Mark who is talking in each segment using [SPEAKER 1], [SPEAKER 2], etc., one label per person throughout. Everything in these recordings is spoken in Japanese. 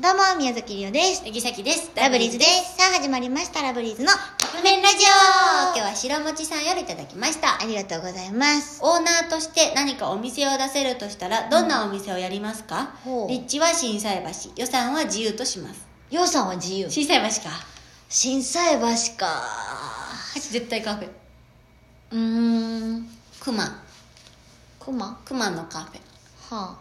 [SPEAKER 1] どうも、宮崎りおです。
[SPEAKER 2] えぎさきです
[SPEAKER 1] ラブリーズです。さあ、始まりました、ラブリーズの
[SPEAKER 2] カッ
[SPEAKER 1] カ
[SPEAKER 2] プ麺ラジオ今日は白もちさんよりいただきました
[SPEAKER 1] ありがとうございます。
[SPEAKER 2] オーナーとして何かお店を出せるとしたらどんなお店をやりますか、
[SPEAKER 1] ほう
[SPEAKER 2] 立地は心斎橋予算は自由とします
[SPEAKER 1] ようさんは自由。
[SPEAKER 2] 心斎橋か
[SPEAKER 1] 震災橋か。
[SPEAKER 2] 私絶対カフェ
[SPEAKER 1] うーん。
[SPEAKER 2] 熊
[SPEAKER 1] 熊は
[SPEAKER 2] 熊のカフェ
[SPEAKER 1] あ。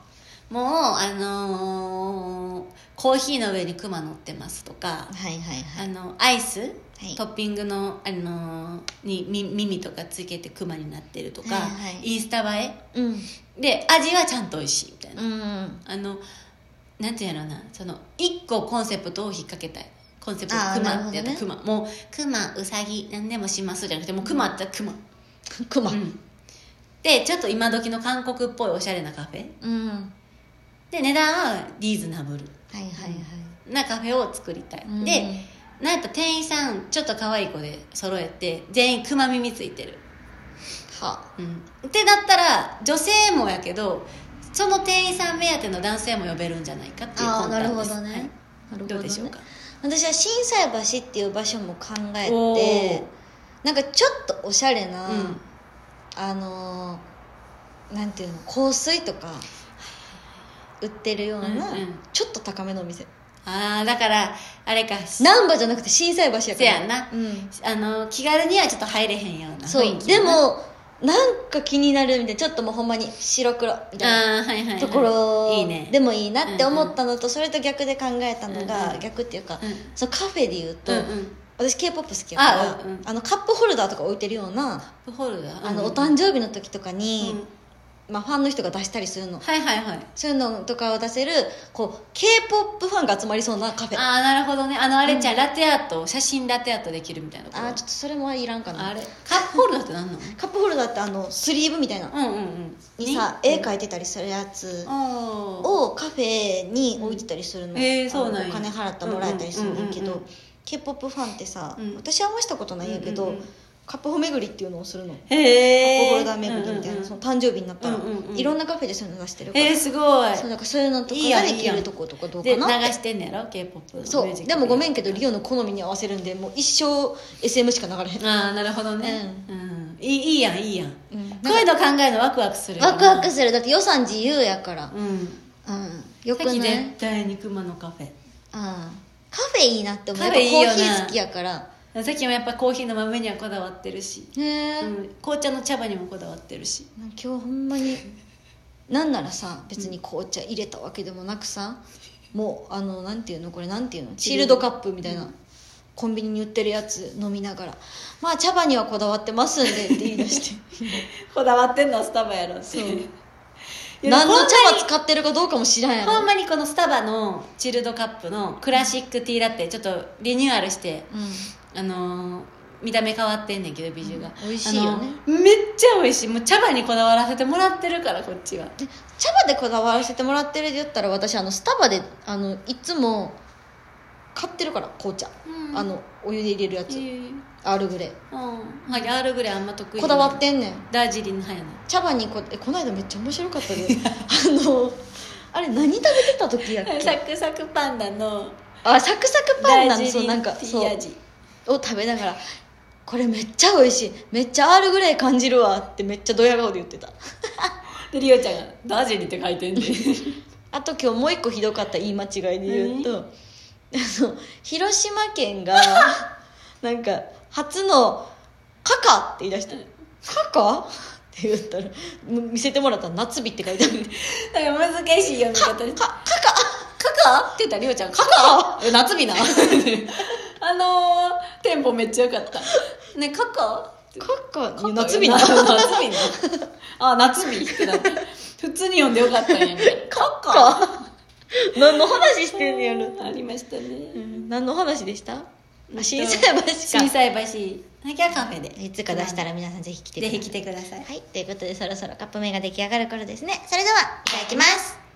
[SPEAKER 2] もうあのーコーヒーの上に熊乗ってますとか
[SPEAKER 1] はいはいは
[SPEAKER 2] あ
[SPEAKER 1] い。
[SPEAKER 2] のアイス、
[SPEAKER 1] い
[SPEAKER 2] トッピングの、あのーにみ耳とかつけて熊になってるとか、
[SPEAKER 1] はいはい
[SPEAKER 2] インスタ映え
[SPEAKER 1] うん。
[SPEAKER 2] で味はちゃんと美味しいみたいな、
[SPEAKER 1] うん。
[SPEAKER 2] あのなんていうのなその一個コンセプトを引っ掛けたいコンセプト
[SPEAKER 1] あー
[SPEAKER 2] ク
[SPEAKER 1] なる
[SPEAKER 2] マ
[SPEAKER 1] ほど
[SPEAKER 2] って
[SPEAKER 1] ね
[SPEAKER 2] やったクマ、もうクマウサギ何でもしますじゃなくてもうクマってクマ、
[SPEAKER 1] 熊。
[SPEAKER 2] うんでちょっと今時の韓国っぽいおしゃれなカフェ
[SPEAKER 1] うん。は
[SPEAKER 2] で値段はリーズナブル
[SPEAKER 1] いはいはい。
[SPEAKER 2] なカフェを作りたい、
[SPEAKER 1] うん
[SPEAKER 2] でなんと店員さんちょっと可愛い子で揃えて全員クマ耳ついてる
[SPEAKER 1] は
[SPEAKER 2] うん、ってだったら女性もやけどその店員さん目当ての男性も呼べるんじゃないかっていう
[SPEAKER 1] あ。あ
[SPEAKER 2] コ
[SPEAKER 1] あ、
[SPEAKER 2] ン
[SPEAKER 1] な
[SPEAKER 2] タ
[SPEAKER 1] る
[SPEAKER 2] ク
[SPEAKER 1] ほ
[SPEAKER 2] トです
[SPEAKER 1] どね。なるほど
[SPEAKER 2] はい
[SPEAKER 1] ね
[SPEAKER 2] どうでしょうか
[SPEAKER 1] 私は心斎橋っていう場所も考え
[SPEAKER 2] お
[SPEAKER 1] て
[SPEAKER 2] ー
[SPEAKER 1] なんかちょっとおしゃれな、
[SPEAKER 2] うん
[SPEAKER 1] あのーなんていうの香水とか売ってるような、
[SPEAKER 2] うんうん
[SPEAKER 1] ちょっと高めのお店
[SPEAKER 2] ああだからあれか
[SPEAKER 1] 難波じゃなくて心斎橋やから
[SPEAKER 2] せやな
[SPEAKER 1] うん、
[SPEAKER 2] あの気軽にはちょっと入れへんような
[SPEAKER 1] そ
[SPEAKER 2] 雰囲
[SPEAKER 1] う
[SPEAKER 2] 気
[SPEAKER 1] で
[SPEAKER 2] やな
[SPEAKER 1] もなんか気になるみたいなちょっともうほんまに白黒みたいな
[SPEAKER 2] あーはいはいはい
[SPEAKER 1] ところ
[SPEAKER 2] いいね
[SPEAKER 1] でもいいなって思ったのと、それと逆で考えたのが、
[SPEAKER 2] うんうん
[SPEAKER 1] 逆っていうか、
[SPEAKER 2] うん
[SPEAKER 1] そのカフェで言うと、
[SPEAKER 2] うんうん
[SPEAKER 1] 私 k p o p 好きやからあ
[SPEAKER 2] あ、うんうん
[SPEAKER 1] のカップホルダーとか置いてるような
[SPEAKER 2] プホルダー
[SPEAKER 1] あの
[SPEAKER 2] うん
[SPEAKER 1] お誕生日の時とか
[SPEAKER 2] う
[SPEAKER 1] に
[SPEAKER 2] ん、
[SPEAKER 1] まあ、ファンの人が出したりするの
[SPEAKER 2] はいはいはい
[SPEAKER 1] そういうのとかを出せるこう k p o p ファンが集まりそうなカフェあ
[SPEAKER 2] ああなるほどねあのあれちゃん、ラテアート写真ラテアートできるみたいなとこ
[SPEAKER 1] あーちょっとそれもいらんかな
[SPEAKER 2] あれカップホルダーって何なの
[SPEAKER 1] カップホルダーってあのスリーブみたいな
[SPEAKER 2] うんうんうん
[SPEAKER 1] にさ絵描いてたりするやつ
[SPEAKER 2] おー
[SPEAKER 1] をカフェに置いてたりするの,、
[SPEAKER 2] うんえーそうなんや
[SPEAKER 1] お金払ったらもらえたりするんやけ
[SPEAKER 2] うんうん
[SPEAKER 1] ど
[SPEAKER 2] うんうん
[SPEAKER 1] k p o p ファンってさ、
[SPEAKER 2] うん
[SPEAKER 1] 私はあんましたことないんやけど、
[SPEAKER 2] うんうんうん
[SPEAKER 1] カップホ巡りっていうのをするの
[SPEAKER 2] へえ
[SPEAKER 1] ホルダー巡りみたいな、その誕生日になったら、
[SPEAKER 2] うんうんうん
[SPEAKER 1] いろんなカフェでそういうの出してるから、
[SPEAKER 2] えー、すごい
[SPEAKER 1] そうなんかそういうのとか
[SPEAKER 2] いいや
[SPEAKER 1] が
[SPEAKER 2] ん
[SPEAKER 1] で
[SPEAKER 2] いい
[SPEAKER 1] き
[SPEAKER 2] やん
[SPEAKER 1] るとことかどう
[SPEAKER 2] で
[SPEAKER 1] か
[SPEAKER 2] 流
[SPEAKER 1] なって
[SPEAKER 2] してんのやろ k p o p
[SPEAKER 1] そうでもごめんけど
[SPEAKER 2] あ
[SPEAKER 1] リオの好みに合わせるんでもう一生 SM しか流れへん、
[SPEAKER 2] あーなるほどね、うんいいいいやんいいやん、
[SPEAKER 1] うん
[SPEAKER 2] こういうの考えるのワクワクするよな
[SPEAKER 1] ワクワクするだって予算自由やから
[SPEAKER 2] うん
[SPEAKER 1] うんよく
[SPEAKER 2] さっき
[SPEAKER 1] ね
[SPEAKER 2] 絶対に熊のカフ
[SPEAKER 1] うんカフェいいなって思う
[SPEAKER 2] カフェいいよな
[SPEAKER 1] コーヒー好きやから
[SPEAKER 2] ェさっきもやっぱコーヒーの豆にはこだわってるし、
[SPEAKER 1] ねえ、
[SPEAKER 2] うん、紅茶の茶葉にもこだわってるし
[SPEAKER 1] 今日ほんまになんならさ別に紅茶入れたわけでもなくさもうあのなんていうのこれなんていうのチルドカップみたいな、コンビニに売ってるやつ飲みながら「まあ茶葉にはこだわってますんで」って言い出して
[SPEAKER 2] こだわってんのはスタバやろ っていういや
[SPEAKER 1] 何の茶
[SPEAKER 2] こんな
[SPEAKER 1] 葉使ってるかどうかも知らんや
[SPEAKER 2] ほん
[SPEAKER 1] ろ、
[SPEAKER 2] まにこのスタバのチルドカップのクラシックティーラテちょっとリニューアルして
[SPEAKER 1] うん、
[SPEAKER 2] あのー見た目変わってんねんけどビジュが、
[SPEAKER 1] 美味しいよね
[SPEAKER 2] あのめっちゃ美味しいもう茶葉にこだわらせてもらってるからこっちは
[SPEAKER 1] で茶葉でこだわらせてもらってるで言ったら私あのスタバであのいつも買ってるから紅茶、
[SPEAKER 2] うん
[SPEAKER 1] あのお湯で入れるや
[SPEAKER 2] え
[SPEAKER 1] つ、
[SPEAKER 2] ー
[SPEAKER 1] アールグレイ
[SPEAKER 2] うんはいアールグレイあんま得意
[SPEAKER 1] こだわってんねん
[SPEAKER 2] ダージリン派やな
[SPEAKER 1] 茶葉にこえこの間めっちゃ面白かったであのあれ何食べてた時やっ
[SPEAKER 2] サ
[SPEAKER 1] け
[SPEAKER 2] クサクパンダの
[SPEAKER 1] あサクサクパ
[SPEAKER 2] ダ
[SPEAKER 1] ンな
[SPEAKER 2] ー
[SPEAKER 1] の
[SPEAKER 2] ジ
[SPEAKER 1] そう
[SPEAKER 2] リ
[SPEAKER 1] なん
[SPEAKER 2] ンテ
[SPEAKER 1] か
[SPEAKER 2] ィ
[SPEAKER 1] そう
[SPEAKER 2] ー
[SPEAKER 1] を
[SPEAKER 2] 味
[SPEAKER 1] 食べながらこれめっちゃ美味しいめっちゃアールグレイ感じるわってめっちゃドヤ顔で言ってた
[SPEAKER 2] でリオちゃんが「ダージリン」って書 いてんで
[SPEAKER 1] あと今日もう一個ひどかった言い間違いで言うとあの広島県 がなんか初の「カカ」って言い出した「カカ?」って言ったらむ見せてもらったら「夏日」って書いてある
[SPEAKER 2] なんか難しい読み方で
[SPEAKER 1] 「カカカカカ?」
[SPEAKER 2] って言ったらリオちゃん「
[SPEAKER 1] カカえ夏日なカ
[SPEAKER 2] あのー、テンポめっちゃよかったねカカ
[SPEAKER 1] カ夏
[SPEAKER 2] 夏
[SPEAKER 1] 日
[SPEAKER 2] 日
[SPEAKER 1] な
[SPEAKER 2] な
[SPEAKER 1] カ
[SPEAKER 2] 日な あ夏日ってなって普通に読んでよかったんやみたいなカ
[SPEAKER 1] カ何の話してんねやろ
[SPEAKER 2] ありましたね
[SPEAKER 1] 何の話でしたあ心斎
[SPEAKER 2] 心
[SPEAKER 1] 橋か
[SPEAKER 2] 斎橋なきゃカフェで
[SPEAKER 1] いつか出したら皆さんぜひ来てくだ
[SPEAKER 2] ぜ
[SPEAKER 1] さい
[SPEAKER 2] ひ来てください
[SPEAKER 1] はいということでそろそろカップ麺が出来上がる頃ですねそれではいただきます